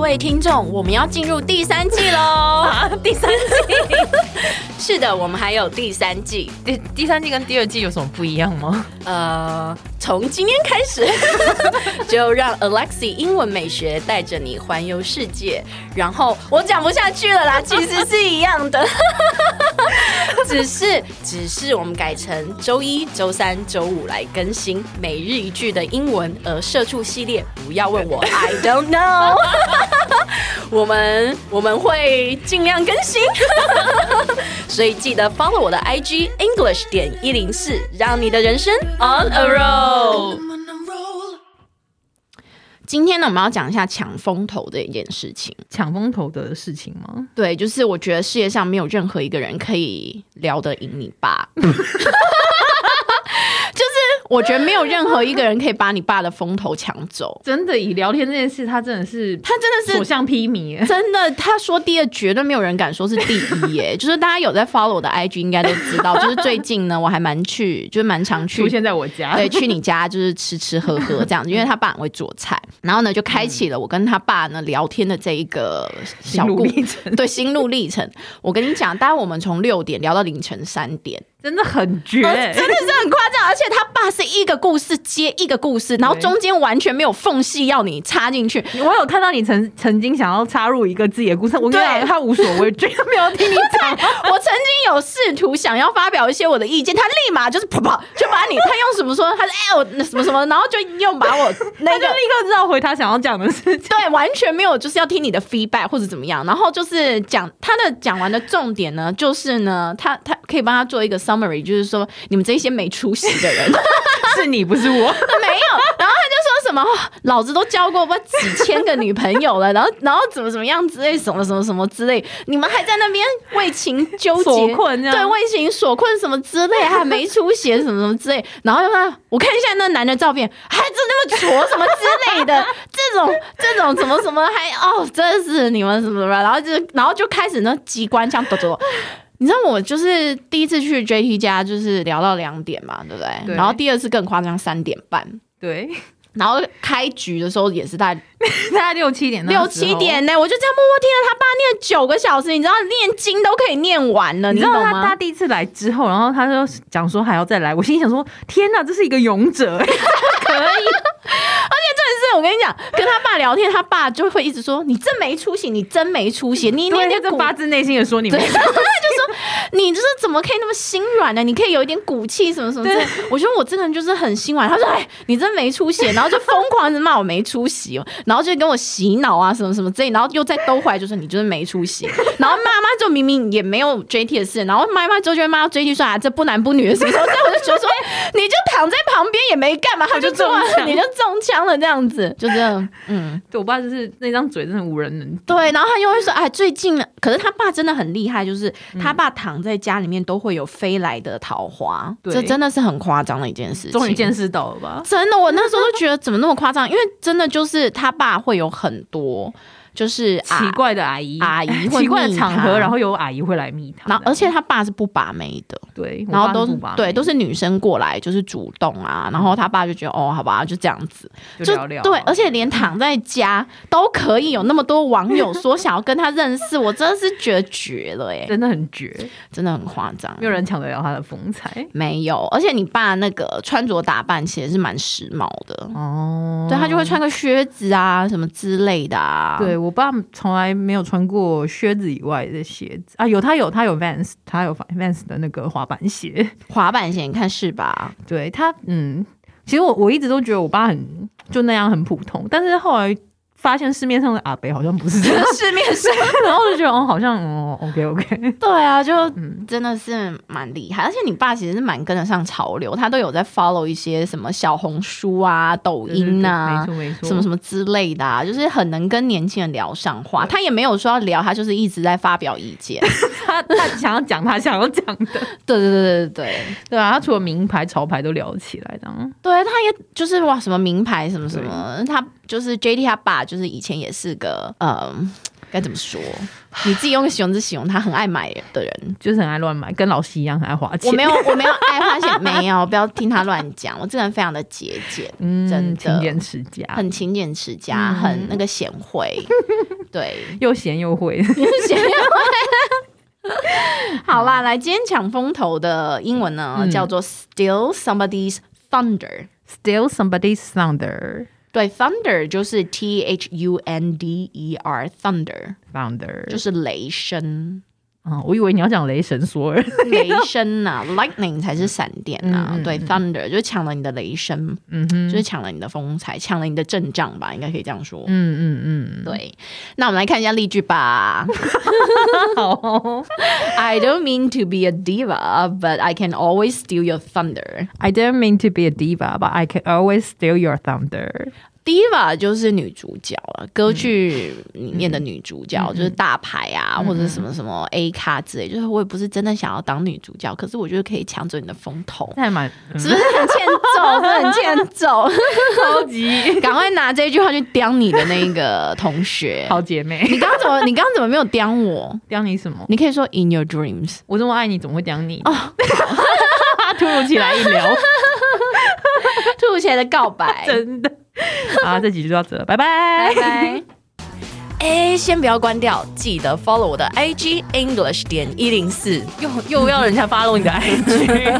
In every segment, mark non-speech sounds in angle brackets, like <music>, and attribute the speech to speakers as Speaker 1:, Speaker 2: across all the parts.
Speaker 1: 位听众，我们要进入第三季喽！
Speaker 2: 啊， <laughs> 第三季，
Speaker 1: 是的，我们还有第三季。
Speaker 2: 第第三季跟第二季有什么不一样吗？
Speaker 1: 呃，从今天开始， <laughs> 就让 Alexi 英文美学带着你环游世界。然后我讲不下去了啦，其实是一样的，只是只是我们改成周一、周三、周五来更新每日一句的英文，而社畜系列不要问 <laughs> 我，I don't know <laughs> 我们我们会尽量更新， <laughs> 所以记得 follow 我的 IG English 点一零四，让你的人生 on a roll。
Speaker 3: I'm on a roll.
Speaker 1: 今天呢，我们要讲一下抢风头这一件事情。
Speaker 2: 抢风头的事情吗？
Speaker 1: 对，就是我觉得世界上没有任何一个人可以聊得赢你
Speaker 2: <laughs>
Speaker 1: 爸， <laughs> 就是我觉得没有任何一个人可以把你爸的风头抢走。
Speaker 2: 真的，以聊天这件事，他真的是
Speaker 1: 他真的是
Speaker 2: 所向披靡耶。
Speaker 1: 真的，他说第二绝对没有人敢说是第一耶，就是大家有在 follow 我的 IG 应该都知道，就是最近呢，我还蛮去，就是蛮常去
Speaker 2: 出。现在我家， <laughs>
Speaker 1: 对，去你家就是吃吃喝喝这样子，因为他爸很会做菜，然后呢就开启了我跟他爸呢聊天的这一个小
Speaker 2: 心路
Speaker 1: 故
Speaker 2: 历 <laughs> 程
Speaker 1: 对心路历程。我跟你讲，当然我们从六点聊到凌晨三点，
Speaker 2: 真的很绝，
Speaker 1: 呃真的是很夸张。而且他爸是一个故事接一个故事，然后
Speaker 2: 对
Speaker 1: 中间完全没有缝隙要你插进去，
Speaker 2: 我有看到你曾曾经想要插入一个自己的故事，我跟你
Speaker 1: 对
Speaker 2: 讲，他无所谓，绝对没有听你 <laughs> 讲。
Speaker 1: 我曾经有试图想要发表一些我的意见，他立马就是啪啪就把你，他用什么说？他说哎、我那什么什么，然后就又把我那
Speaker 2: 他就
Speaker 1: 个
Speaker 2: <laughs> 立。刻绕回他想要讲的事情。
Speaker 1: 对，完全没有，就是要听你的 feedback 或者怎么样，然后就是讲他的讲完的重点呢，就是呢，他他可以帮他做一个 summary，就是说你们这些没出息的人，
Speaker 2: <laughs> 是你不是我，
Speaker 1: 没有。然后他就说什么，哦老子都交过不知道几千个女朋友了，然后然后怎么怎么样之类，什么什么什么之类，你们还在那边为情纠结、
Speaker 2: 所困这样
Speaker 1: 对，为情所困什么之类，还没出血什么什么之类。然后就说，我看一下那男的照片，还真那么挫什么之类
Speaker 2: <laughs>
Speaker 1: 的，这种这种什么什么还哦，真的是你们什么什么，然后就然后就开始那机关枪抖抖。你知道我就是第一次去 JT 家，就是聊到两点嘛，对不对？
Speaker 2: 对
Speaker 1: 然后第二次更夸张，三点半。
Speaker 2: 对，
Speaker 1: 然后开局的时候也是大概
Speaker 2: 大概六七点，
Speaker 1: 六七。点呢、我就这样默默听着他爸念九个小时，你知道念经都可以念完了，
Speaker 2: 你
Speaker 1: 你
Speaker 2: 知道
Speaker 1: 懂
Speaker 2: 他他
Speaker 1: 吗？
Speaker 2: 第一次来之后，然后他就讲说还要再来，我心里想说天哪，这是一个勇者， <laughs> 可以，
Speaker 1: 但是我跟你讲，跟他爸聊天，他爸就会一直说：“你真没出息，你真没出息，你
Speaker 2: 因
Speaker 1: 你
Speaker 2: 为
Speaker 1: 你
Speaker 2: 他发自内心的说你们
Speaker 1: 对，， <laughs> 他就说你就是怎么可以那么心软呢？你可以有一点骨气，什么什么之类。我觉得我这个人就是很心软。他说：“哎，你真没出息。”然后就疯狂的骂我没出息哦，然后就跟我洗脑啊，什么什么之类，然后又再兜回来，就说你就是没出息。
Speaker 2: <laughs>
Speaker 1: 然后妈妈就明明也没有 JT 的事，然后妈妈就觉得妈 JT 说啊，这不男不女的什么什么，所以我就觉得说，哎你就躺在旁边也没干嘛，他就
Speaker 2: 我就中
Speaker 1: 做完了，
Speaker 2: 枪
Speaker 1: 你就中枪了这样子，就这样，嗯。
Speaker 2: 对我爸就是那张嘴真的无人能，
Speaker 1: 对，然后他就会说：“
Speaker 2: 嗯
Speaker 1: 哎，最近呢，可是他爸真的很厉害，就是他爸躺在家里面都会有飞来的桃花，
Speaker 2: 对
Speaker 1: 这真的是很夸张的一件事情。
Speaker 2: 终于见识到了吧？
Speaker 1: 真的，我那时候就觉得怎么那么夸张，因为真的就是他爸会有很多就是啊
Speaker 2: 奇，怪的阿姨，
Speaker 1: 阿姨会
Speaker 2: <laughs> 奇怪的
Speaker 1: 密
Speaker 2: 场
Speaker 1: 他
Speaker 2: 合，然后有阿姨会来密他，
Speaker 1: 然后而且他爸是不把妹的，
Speaker 2: 对，
Speaker 1: 然后都
Speaker 2: 是
Speaker 1: 是对都是女生过来就是主动啊，然后他爸就觉得哦，好吧，就这样子。”
Speaker 2: 嗯就聊聊啊，
Speaker 1: 对，而且连躺在家都可以有那么多网友说想要跟他认识，我真的是觉得绝了哎、
Speaker 2: 真的很绝，
Speaker 1: 真的很夸张。
Speaker 2: 没有人抢得了他的风采
Speaker 1: 没有，而且你爸那个穿着打扮其实是蛮时髦的，
Speaker 2: 哦
Speaker 1: 对他就会穿个靴子啊什么之类的啊。
Speaker 2: 对我爸从来没有穿过靴子以外的鞋子啊，有他有他有 Vans，他有 Vans 的那个滑板鞋。 <laughs>
Speaker 1: 滑板鞋你看是吧？，
Speaker 2: 对他，嗯，其实我我一直都觉得我爸很就那样很普通，但是后来发现市面上的阿北好像不是这样
Speaker 1: 市面上
Speaker 2: 然后我就觉得哦，好像哦，OK OK，
Speaker 1: <laughs> 对啊，就
Speaker 2: 嗯
Speaker 1: 真的是蛮厉害，而且你爸其实是蛮跟得上潮流，他都有在 follow 一些什么小红书啊、抖音啊，
Speaker 2: 对对对没错没错，
Speaker 1: 什么什么之类的、啊，就是很能跟年轻人聊上话。他也没有说要聊，他就是一直在发表意
Speaker 2: <laughs>
Speaker 1: 见。
Speaker 2: 他他想要讲他想要讲的，
Speaker 1: 对对对对对
Speaker 2: 对啊，他除了名牌潮牌都聊起来的啊，
Speaker 1: 对，他也就是哇，什么名牌什么什么，他就是 J D 他爸，就是以前也是个嗯。该怎么
Speaker 2: <sighs>
Speaker 1: 说？你自己用个形容词形容他很爱买的人，
Speaker 2: 就是很爱乱买，跟老师一样很爱花钱。
Speaker 1: 我没有，我没有爱花钱，没有， <laughs> 不要听他乱讲。我这个人非常的节俭，
Speaker 2: 嗯，
Speaker 1: 真的
Speaker 2: 勤俭持家，嗯 <laughs>
Speaker 1: 很勤俭持家，很那个贤惠。对， <laughs>
Speaker 2: 又闲又会。
Speaker 1: 闲聊。好啦，来，今天抢风头的英文呢，
Speaker 2: 嗯
Speaker 1: 叫做 “steal somebody's thunder”。
Speaker 2: Steal somebody's thunder,
Speaker 1: 对，thunder 就是 t h u n d e r，thunder 就
Speaker 2: thunder。
Speaker 1: 是雷声，
Speaker 2: 嗯，我以为你要讲雷神
Speaker 1: <laughs>
Speaker 2: 索尔。
Speaker 1: 雷声呐、l i g h t n i n g 才是闪电呐、对，thunder 就是抢了你的雷声，
Speaker 2: 嗯哼，
Speaker 1: 就是抢了你的风采，抢了你的阵仗吧，应该可以这样说。
Speaker 2: 嗯嗯
Speaker 1: 对，那我们来看一下例句吧。
Speaker 2: 嗯，好哦。
Speaker 1: I don't mean to be a diva, but I can always steal your thunder.
Speaker 2: I don't mean to be a diva, but I can always steal your thunder.
Speaker 1: Diva 就是女主角了，歌剧里面的女主角、就是大牌啊，或者什么什么 A 咖之类。就是我也不是真的想要当女主角，可是我觉得可以抢走你的风头，
Speaker 2: 还蛮嗯
Speaker 1: 是不是很欠揍？是不是很欠 <laughs> 揍？
Speaker 2: 超级
Speaker 1: 赶快拿这句话去刁你的那个同学。
Speaker 2: <laughs> 好姐妹。
Speaker 1: 你刚刚怎么？你刚刚怎么没有刁我？
Speaker 2: 刁你什么？
Speaker 1: 你可以说 In your dreams。
Speaker 2: 我这么爱你，怎么会刁你？哦， <laughs> 突如其来一聊，
Speaker 1: 突如其来的告白，
Speaker 2: <laughs> 真的。啊，这集就到这了，拜拜
Speaker 1: 拜。拜。哎，先不要关掉，记得 follow 我的 IG English 点一零四。
Speaker 2: <laughs> 又又要人家发动你的 <laughs> IG，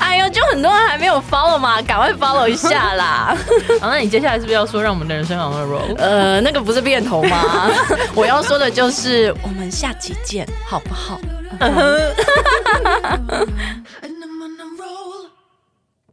Speaker 1: 哎呦，就很多人还没有 follow 嘛，赶快 follow 一下啦。
Speaker 2: 好，那你接下来是不是要说让我们的人生 on a roll？
Speaker 1: 呃，那个不是变头吗？我要说的就是，我们下期见，好不好？
Speaker 3: and I'm